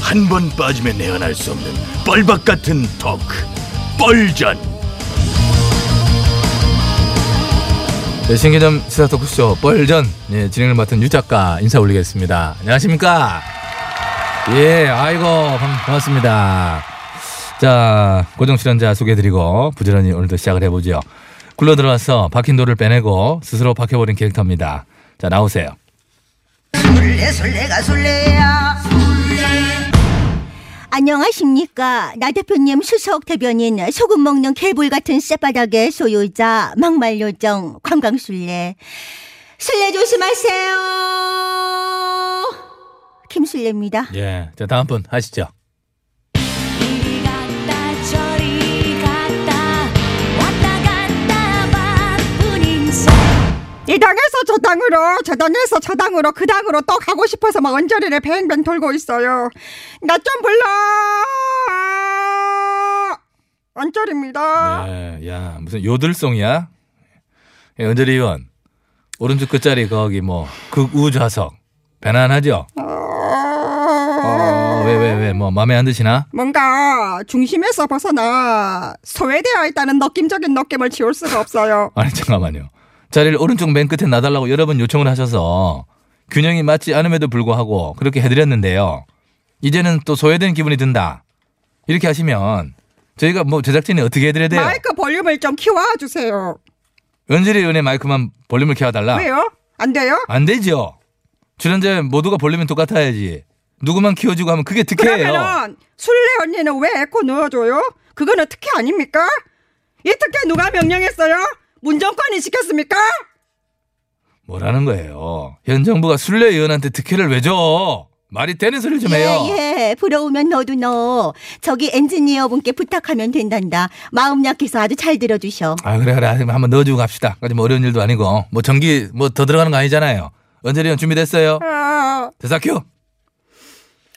한 번 빠지면 내안할 수 없는 뻘박 같은 토크 뻘전 네, 신개념 시사 토크쇼 뻘전 예, 진행을 맡은 유 작가 인사 올리겠습니다. 안녕하십니까? 예, 아이고 반- 반갑습니다. 자, 고정 출연자 소개해드리고 부지런히 오늘도 시작을 해보죠. 굴러 들어와서 박힌 돌을 빼내고 스스로 박혀버린 캐릭터입니다. 자, 나오세요. 술래 술래가 술래야 안녕하십니까 나 대표님 수석 대변인 소금 먹는 개불 같은 쌔바닥의 소유자 막말 요정 관광 술래 술래 조심하세요 김술래입니다 예, 자 다음 분 하시죠. 이리 갔다 저리 갔다 왔다 갔다 바쁜 인생 이 당에서 저 당으로 저 당에서 저 당으로 그 당으로 또 가고 싶어서 막 언저리를 뱅뱅 돌고 있어요 나 좀 불러 언저리입니다 예, 야 무슨 요들송이야? 예, 은절이 의원 오른쪽 끝자리 거기 뭐 극우 좌석 배난하죠? 어, 왜, 왜, 왜, 뭐, 마음에 안 드시나? 뭔가 중심에서 벗어나 소외되어 있다는 느낌적인 느낌을 지울 수가 없어요 아니, 잠깐만요. 자리를 오른쪽 맨 끝에 놔달라고 여러 번 요청을 하셔서 균형이 맞지 않음에도 불구하고 그렇게 해드렸는데요. 이제는 또 소외된 기분이 든다. 이렇게 하시면 저희가 뭐 제작진이 어떻게 해드려야 돼요? 마이크 볼륨을 좀 키워주세요 은질이 의원의 마이크만 볼륨을 키워달라. 왜요? 안 돼요? 안 되죠. 출연자 모두가 볼륨이 똑같아야지. 누구만 키워주고 하면 그게 특혜예요. 그러면은 술래 언니는 왜 에코 넣어줘요? 그거는 특혜 아닙니까? 이 특혜 누가 명령했어요? 문정권이 시켰습니까? 뭐라는 거예요. 현 정부가 순례 의원한테 특혜를 왜 줘? 말이 되는 소리를 좀 해요. 예, 예. 부러우면 너도 넣어. 저기 엔지니어 분께 부탁하면 된단다. 마음 약해서 아주 잘 들어주셔. 아 그래 그래 그럼 한번 넣어주고 갑시다. 그지 뭐 어려운 일도 아니고 뭐 전기 뭐 더 들어가는 거 아니잖아요. 언제리언 준비됐어요? 아, 대사 큐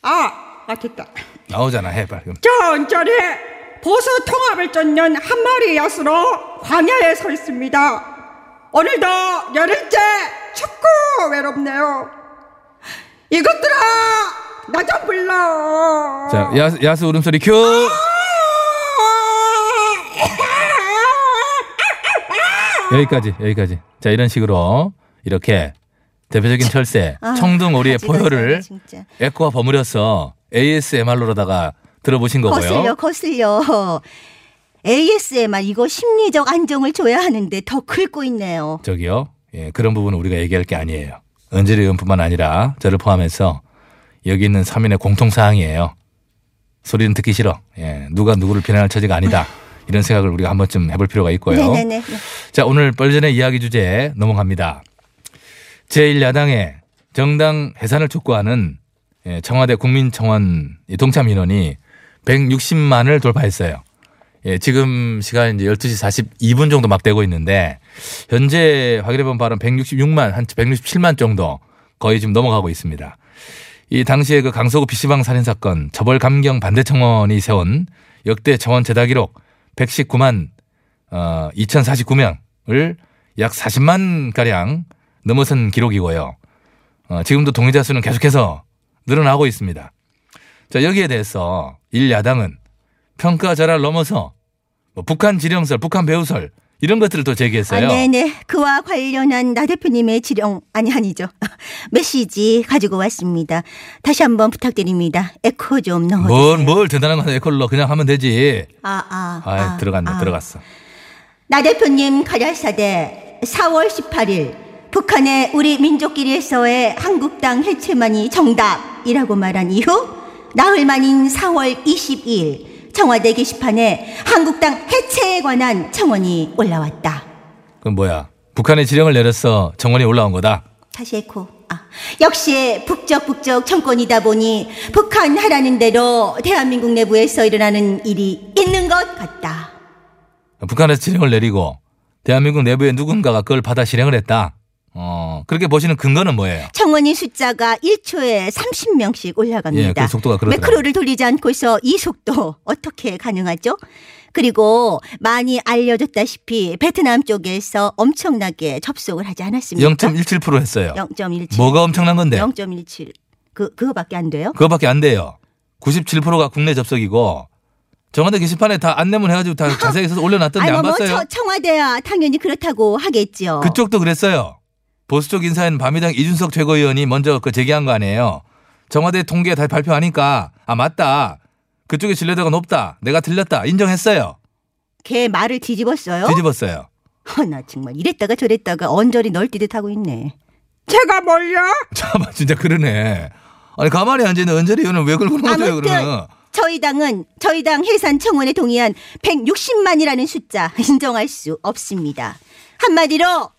아, 아 됐다. 나오잖아 해봐 그럼. 전절에 보수 통합을 쫓는 한 마리 야수로 광야에 서 있습니다. 오늘도 열흘째 춥고 외롭네요. 이것들아, 나 좀 불러. 자 예. 야스, 야스 울음소리 큐. 여기까지 여기까지. 자 이런 식으로 이렇게 대표적인 철새 아, 청둥 오리의 가지가 포효를 있네, 진짜. 에코와 버무려서 ASMR로다가 들어보신 거슬려 거고요. 거슬려 ASMR 이거 심리적 안정을 줘야 하는데 더 긁고 있네요 저기요. 예, 그런 부분은 우리가 얘기할 게 아니에요. 은질의 의원뿐만 아니라 저를 포함해서 여기 있는 3인의 공통사항이에요. 소리는 듣기 싫어. 예, 누가 누구를 비난할 처지가 아니다. 이런 생각을 우리가 한 번쯤 해볼 필요가 있고요. 네네네 자, 오늘 뻘전의 이야기 주제에 넘어갑니다. 제1야당의 정당 해산을 촉구하는 예, 청와대 국민청원 이 동참 인원이 160만을 돌파했어요. 예, 지금 시간 이제 12시 42분 정도 막 되고 있는데 현재 확인해 본 바로는 166만 한 167만 정도 거의 지금 넘어가고 있습니다. 이 당시에 그 강서구 PC방 살인 사건 처벌 감경 반대 청원이 세운 역대 청원 제다 기록 119만 어, 2049명을 약 40만 가량 넘어선 기록이고요. 어, 지금도 동의자 수는 계속해서 늘어나고 있습니다. 자, 여기에 대해서 일야당은 평가절하를 넘어서 뭐 북한 지령설, 북한 배우설 이런 것들을 또 아, 제기했어요. 네네 그와 관련한 나 대표님의 지령 아니 아니죠 메시지 가지고 왔습니다 다시 한번 부탁드립니다 에코 좀 넣어주세요 네. 뭘, 뭘 대단한 거야. 에콜로 그냥 하면 되지. 아아 아, 들어갔네, 들어갔어. 나 대표님 가랴사대 4월 18일 북한의 우리 민족끼리에서의 한국당 해체만이 정답이라고 말한 이후 나흘 만인 4월 22일 청와대 게시판에 한국당 해체에 관한 청원이 올라왔다. 그럼 뭐야? 북한의 지령을 내려서 정원이 올라온 거다. 다시 에코. 아, 역시 북적북적 정권이다 보니 북한 하라는 대로 대한민국 내부에서 일어나는 일이 있는 것 같다. 북한에서 지령을 내리고 대한민국 내부에 누군가가 그걸 받아 실행을 했다. 어, 그렇게 보시는 근거는 뭐예요? 청원인 숫자가 1초에 30명씩 올라갑니다. 예, 그 속도가 그러더라고요. 매크로를 돌리지 않고서 이 속도 어떻게 가능하죠? 그리고 많이 알려졌다시피 베트남 쪽에서 엄청나게 접속을 하지 않았습니까? 0.17% 했어요. 0.17. 뭐가 엄청난 건데? 0.17. 그 그거밖에 안 돼요? 그거밖에 안 돼요. 97%가 국내 접속이고 청와대 게시판에 다 안내문 해가지고 다 자세히 써서 올려놨던데 아니 안 뭐, 뭐 봤어요. 저, 청와대야 당연히 그렇다고 하겠죠. 그쪽도 그랬어요. 보수 쪽 인사인 바미당 이준석 최고위원이 먼저 그 제기한 거 아니에요. 청와대 통계 다 발표하니까 아 맞다. 그쪽에 신뢰도가 높다. 내가 틀렸다. 인정했어요. 걔 말을 뒤집었어요. 뒤집었어요. 허나 정말 이랬다가 저랬다가 언저리 널뛰듯 하고 있네. 제가 뭘요? 잠깐만 진짜 그러네. 아니 가만히 앉아있는 은절이 의원은 왜 긁고 나줘요 그러면. 저희 당은 저희 당 해산 청원에 동의한 160만이라는 숫자 인정할 수 없습니다. 한마디로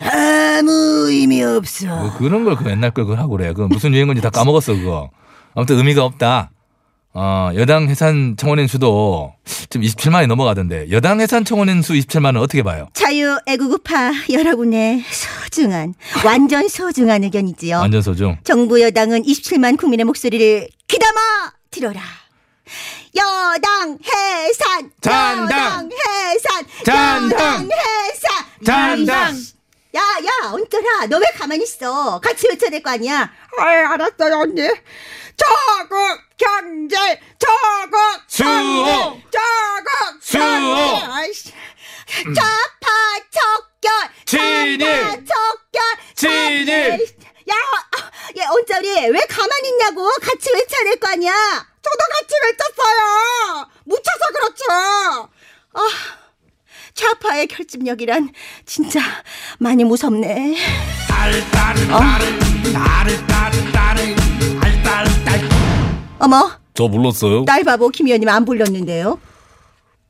아무 의미 없어. 뭐 그런 걸 그 옛날 걸 그걸 하고 그래. 그 무슨 유행 건지 다 까먹었어 그거. 아무튼 의미가 없다. 어, 여당 해산 청원인 수도 지금 27만이 넘어가던데 여당 해산 청원인 수 27만은 어떻게 봐요? 자유 애국우파 여러분의 소중한 완전 소중한 의견이지요. 완전 소중. 정부 여당은 27만 국민의 목소리를 귀담아 들어라. 여당 해산, 잔당! 여당 해산, 잔당! 여당 해산, 잔당! 야야 언තර아 너 왜 가만히 있어? 같이 외쳐낼 거 아니야? 아이 알았어요 언니. 저국 경제 저국 수호! 경제, 저국 수호! 어. 음. 경제. 아이씨. 아, 네, 좌파 척결, 진일! 좌파 척결, 아, 네, 진일! 야, 아, 야 언저리 왜 가만히 있냐고? 같이 외쳐낼 거 아니야? 저도 같이 외쳤어요. 묻혀서 그렇죠. 아, 좌파의 결집력이란 진짜 많이 무섭네. 어? 어머, 저뭐 불렀어요? 딸 바보 김 의원님 안 불렀는데요?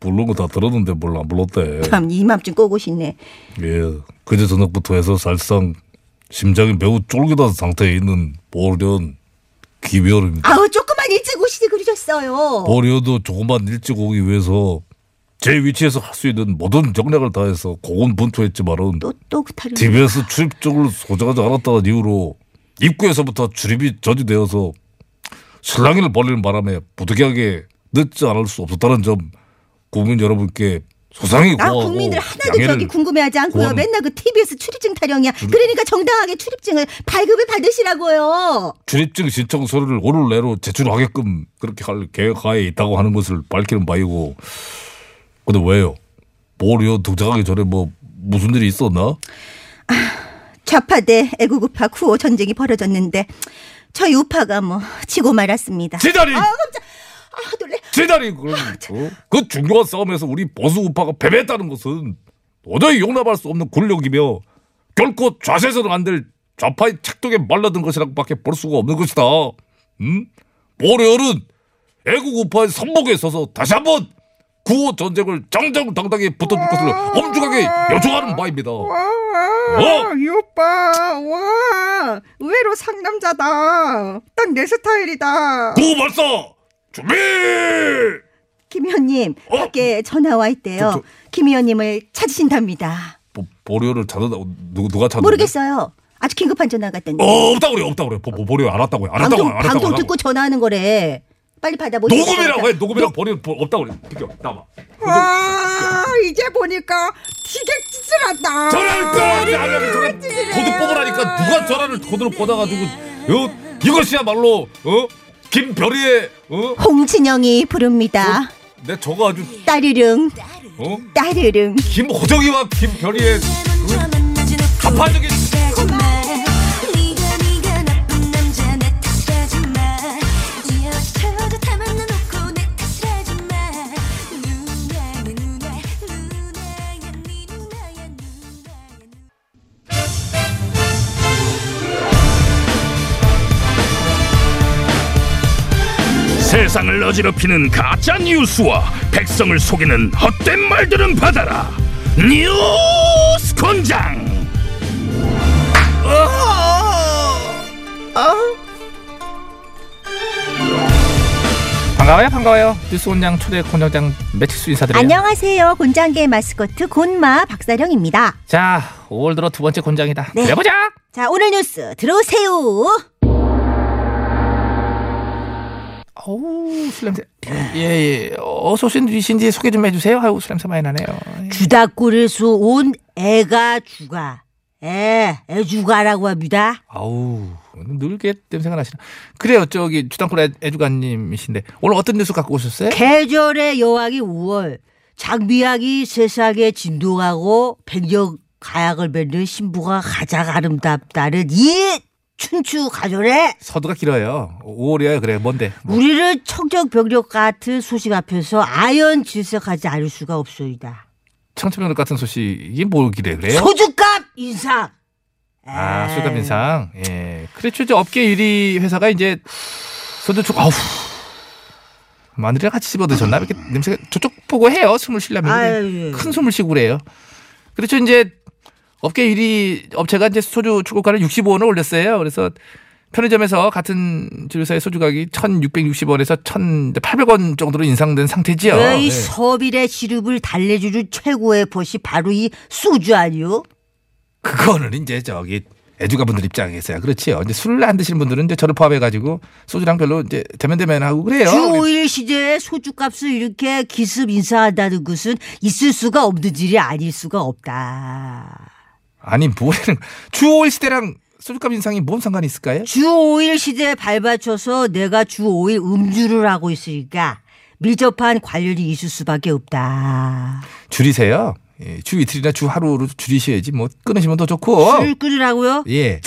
부른 거 다 들었는데 몰라 불렀대. 참 이맘쯤 꼬고 싶네. 예. 그제 저녁부터 해서 사실상 심장이 매우 쫄깃한 상태에 있는 보련 김여름입니다. 아우 조금만 일찍 오시지 그러셨어요. 뭐? 보려도 조금만 일찍 오기 위해서 제 위치에서 할 수 있는 모든 정략을 다해서 고군분투했지만은 또또 그 구타를. TBS 출입 쪽을 소장하지 않았다는 이유로 입구에서부터 출입이 저지되어서 실랑이를 벌리는 바람에 부득이하게 늦지 않을 수 없었다는 점 국민 여러분께 소상히 아 고하고 국민들 하나도 뭐, 양해를 저기 궁금해하지 않고요. 구하는- 맨날 그 TBS 출입증 타령이야. 그러니까 정당하게 출입증을 발급을 받으시라고요. 출입증 신청 서류를 오늘 내로 제출하게끔 그렇게 할 계획하에 있다고 하는 것을 밝히는 바이고 근데 왜요? 보려 등장하기 전에 뭐 무슨 일이 있었나? 좌파대 애국우파 구호 전쟁이 벌어졌는데 저희 우파가 뭐 지고 말았습니다. 지다리! 아 깜짝. 아 놀래. 지다리! 그런 어? 그 중요한 싸움에서 우리 보수 우파가 패배했다는 것은 도저히 용납할 수 없는 굴욕이며 결코 좌세서는 안 될 좌파의 책독에 말라든 것이라고밖에 볼 수가 없는 것이다. 음? 보려는 애국 우파의 선봉에 서서 다시 한번 구호 전쟁을 정정당당히 붙어줄 것을 엄중하게 요청하는 바입니다. 뭐? 와, 어, 이 오빠, 와, 의외로 상남자다. 딱 내 스타일이다. 구호 발사 준비! 김 의원님 어? 밖에 전화 와 있대요. 저, 저- 김 의원님을 찾으신답니다. 보려를 찾는다고 누- 누가 찾는 모르겠어요. 아주 긴급한 전화 같던데. 어, 없다 그래, 없다 그래. 보, 보, 보려 안 왔다고 해. 안 왔다고 방송 해, 안 왔다고 방송 해. 듣고 전화하는 거래. 빨리 받아보세요. 녹음이라고 해. 녹음이라고 버리는 보, 없다고 그래. 비켜. 나와. 와, 이제 보니까 되게 찌질하다. 전화를 끊어야지. 아니면 전화 코드 뽑으라니까 누가 전화를 코드로 뽑아가지고 어? 이것이야말로 어? 김별이의 어? 홍진영이 부릅니다. 내 저거 아주 따르릉 어? 따르릉. 김호정이와 김별이의 가파르게 가파르게 세상을 어지럽히는 가짜 뉴스와 백성을 속이는 헛된 말들은 받아라. 뉴스 권장. 반가워요, 반가워요. 뉴스 원장 초대 권장장 매치수 인사드려요. 안녕하세요. 곤장계 마스코트 곤마 박사령입니다. 자, 5월 들어 두 번째 권장이다. 네. 내보자. 자, 오늘 뉴스 들어오세요. 어우, 술 냄새. 예, 예. 어서 오신지 소개 좀 해주세요. 아유, 술 냄새 많이 나네요. 주다꾸리수 온 애가 주가. 애, 애주가라고 합니다. 아우 늘게 때문에 생각나시나. 그래요. 저기 주당권 애주관님이신데 오늘 어떤 뉴스 갖고 오셨어요? 계절의 여왕이 5월 장미향이 세상에 진동하고 백령 가약을 맺는 신부가 가장 아름답다는 이 춘추 가절에 서두가 길어요. 5월이에요. 그래. 뭔데? 뭐. 우리는 청정병력 같은 소식 앞에서 아연 질색하지 않을 수가 없소이다. 청첩병력 같은 소식이 뭐길래 그래요? 소주값 인상. 예? 아, 술값 인상. 예. 그렇죠. 이제 업계 1위 회사가 이제 소주축 아우. 마늘이랑 같이 집어드셨나? 이렇게 냄새가 저쪽 보고 해요. 숨을 쉬려면. 아유. 예. 큰 숨을 쉬고 그래요. 그렇죠. 이제 업계 1위 업체가 이제 소주 출고가를 65원을 올렸어요. 그래서 편의점에서 같은 주류사의 소주 가격이 1,660원에서 1,800원 정도로 인상된 상태지요. 왜이 예. 서빌의 시름을 달래주는 최고의 벗이 바로 이 소주 아니요? 그거는 이제 저기 애주가분들 입장에서야 그렇지요. 이제 술을 안 드시는 분들은 이제 저를 포함해가지고 소주랑 별로 이제 대면대면하고 그래요. 주 5일 시제에 소주값을 이렇게 기습 인상한다는 것은 있을 수가 없는 일이 아닐 수가 없다. 아니 뭐라는 주 5일 시대랑 소주값 인상이 뭔 상관이 있을까요? 주 5일 시대에 발맞춰서 내가 주 5일 음주를 하고 있으니까 밀접한 관련이 있을 수밖에 없다. 줄이세요. 예, 주 이틀이나 주 하루로 줄이셔야지 뭐 끊으시면 더 좋고. 술 끓으라고요? 예.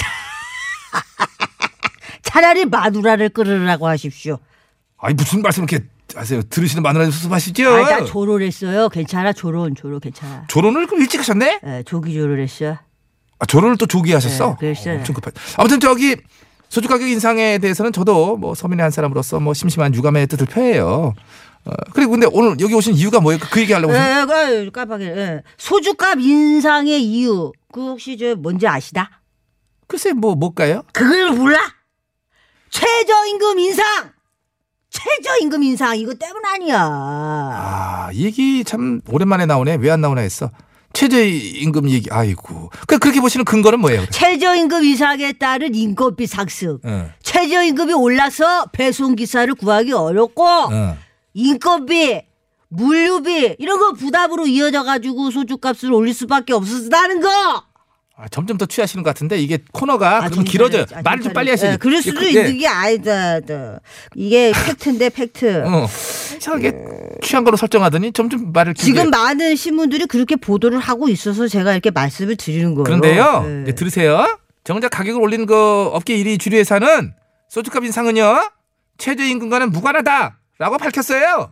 차라리 마누라를 끓으라고 하십시오. 아니 무슨 말씀 이렇게 하세요. 들으시는 마누라님 수습하시죠. 아, 나 조론했어요. 괜찮아, 조론, 조론, 괜찮아. 조론을 그럼 일찍 하셨네? 에, 조기 조론했어. 아, 조론을 또 조기 하셨어? 네, 그랬어요. 엄청 급하 아무튼 저기 소주 가격 인상에 대해서는 저도 뭐 서민의 한 사람으로서 뭐 심심한 유감의 뜻을 표해요. 어, 그리고 근데 오늘 여기 오신 이유가 뭐예요? 그 얘기 하려고. 에, 오신- 에, 예, 깜빡이. 에. 소주값 인상의 이유. 그 혹시 저 뭔지 아시다? 글쎄 뭐 뭘까요? 그걸 몰라? 최저임금 인상! 최저임금 인상, 이거 때문 아니야. 아, 이 얘기 참 오랜만에 나오네. 왜 안 나오나 했어. 최저임금 얘기. 아이고. 그 그렇게 보시는 근거는 뭐예요? 그렇죠. 그래? 최저임금 인상에 따른 인건비 상승. 응. 최저임금이 올라서 배송기사를 구하기 어렵고, 응. 인건비, 물류비, 이런 거 부담으로 이어져가지고 소주값을 올릴 수밖에 없었다는 거! 아, 점점 더 취하시는 것 같은데 이게 코너가 그럼 정찰해. 길어져요. 아, 말을 좀 정찰해. 빨리 하시죠. 예, 그럴 수도 예, 아. 있는 게 아니다. 다. 이게 팩트인데 팩트. 어. 이상하게 취한 거로 설정하더니 점점 말을 길게. 지금 많은 신문들이 그렇게 보도를 하고 있어서 제가 이렇게 말씀을 드리는 거예요. 그런데요, 네. 이제 들으세요. 정작 가격을 올린 그 업계 1위 주류 회사는 소주값 인상은요 최저 임금과는 무관하다라고 밝혔어요.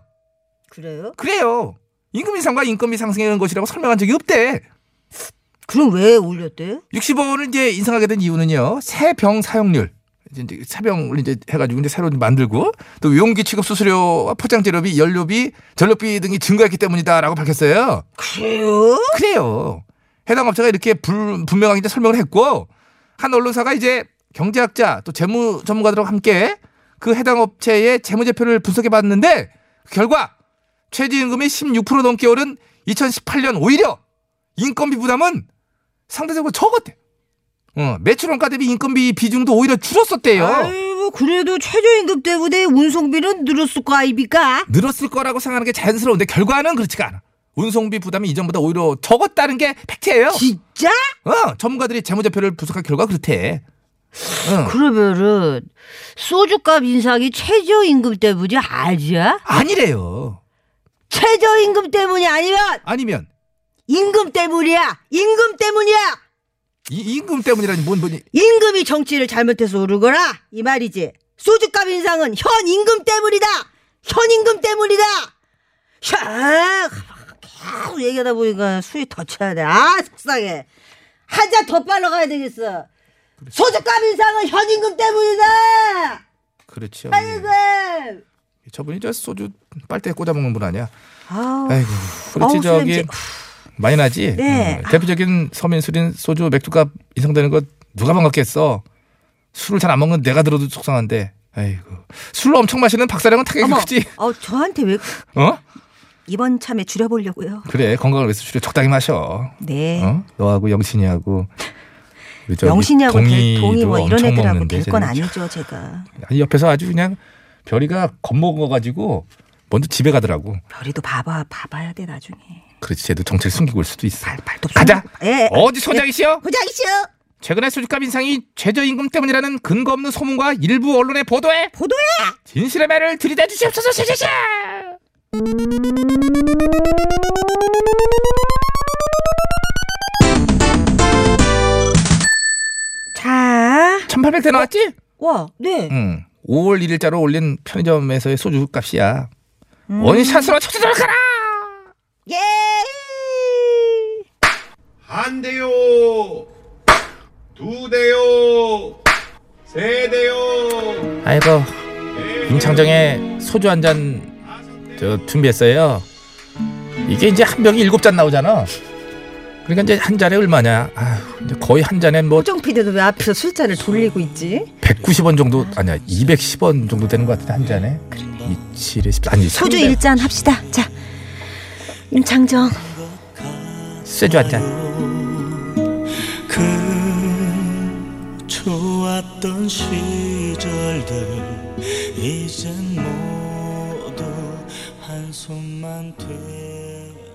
그래요? 그래요. 임금 인상과 인건비 상승에 의한 것이라고 설명한 적이 없대. 그럼 왜 올렸대요? 65원을 이제 인상하게 된 이유는요 새 병 사용률. 이제 이제 새 병을 이제 해가지고 이제 새로 만들고 또 용기 취급 수수료와 포장 재료비, 연료비, 전력비 등이 증가했기 때문이다라고 밝혔어요. 그래요? 그래요. 해당 업체가 이렇게 불- 분명하게 이제 설명을 했고 한 언론사가 이제 경제학자 또 재무 전문가들과 함께 그 해당 업체의 재무제표를 분석해 봤는데 그 결과 최저임금이 16% 넘게 오른 2018년 오히려 인건비 부담은 상대적으로 적었대. 어, 매출 원가 대비 인건비 비중도 오히려 줄었었대요. 아이고 그래도 최저임금 때문에 운송비는 늘었을 거 아닙니까? 늘었을 거라고 생각하는 게 자연스러운데 결과는 그렇지가 않아. 운송비 부담이 이전보다 오히려 적었다는 게 팩트예요. 진짜? 어, 전문가들이 재무제표를 분석한 결과 그렇대. 응. 그러면은 소주값 인상이 최저임금 때문이 아니야? 아니래요. 최저임금 때문이 아니면 아니면 임금 때문이야. 임금 때문이야. 이 임금 때문이라니 뭔 분이 임금이 정치를 잘못해서 오르거라 이 말이지 소주값 인상은 현 임금 때문이다 현 임금 때문이다 샥 계속 얘기하다 보니까 술이 더 쳐야 돼아 속상해 한 잔 더 빨러 가야 되겠어 소주값 인상은 현 임금 때문이다 그렇죠. 임금 저분이 저 소주 빨대에 꽂아 먹는 분 아니야. 어. 아우 아이고. 그렇지 어우, 술 저기 냄새. 많이 나지. 네. 응. 대표적인 서민 술인 소주 맥주값 인상되는 거 누가 반갑겠어. 술을 잘 안 먹는 내가 들어도 속상한데. 아이고. 술로 엄청 마시는 박사령은 타격이 어머, 크지. 어, 저한테 왜 어? 이번 참에 줄여보려고요. 그래 건강을 위해서 술을 적당히 마셔. 네. 어? 너하고 영신이하고 우리 저기 영신이하고 별- 동이 뭐 이런 엄청 애들하고 먹는데 될 건 쟤는 아니죠, 제가. 아니, 옆에서 아주 그냥 별이가 겁먹어가지고 먼저 집에 가더라고. 별이도 봐봐, 봐봐야 돼, 나중에. 아, 그렇지 쟤도 정체를 숨기고 올 수도 있어. 발, 발톱 가자. 예, 예. 어디 소장이시여? 고장이시여! 최근에 수주값 인상이 최저임금 때문이라는 근거 없는 소문과 일부 언론의 보도에 보도에 진실의 매를 들이대 주시옵소서 샤샤샤 자, 1800대 나왔지? 와, 네. 응 5월 1일자로 올린 편의점에서의 소주값이야 원샷으로 쳐주도록 하라 예. 한 대요, 두 대요, 세 대요. 아이고 임창정에 소주 한 잔 저 준비했어요 이게 이제 한 병이 일곱 잔 나오잖아 그러니까 이제 한 잔에 얼마냐 아휴 이제 거의 한 잔에 뭐 호정 PD도 왜 앞에서 술잔을 돌리고 있지? 190원 정도 아니야 210원 정도 되는 것 같은데 한 잔에 그러네 7에 1 아니 소주 300. 일잔 합시다. 자, 임창정. 소주 한잔 그 좋았던 시절들 이젠 모두 한손만 돼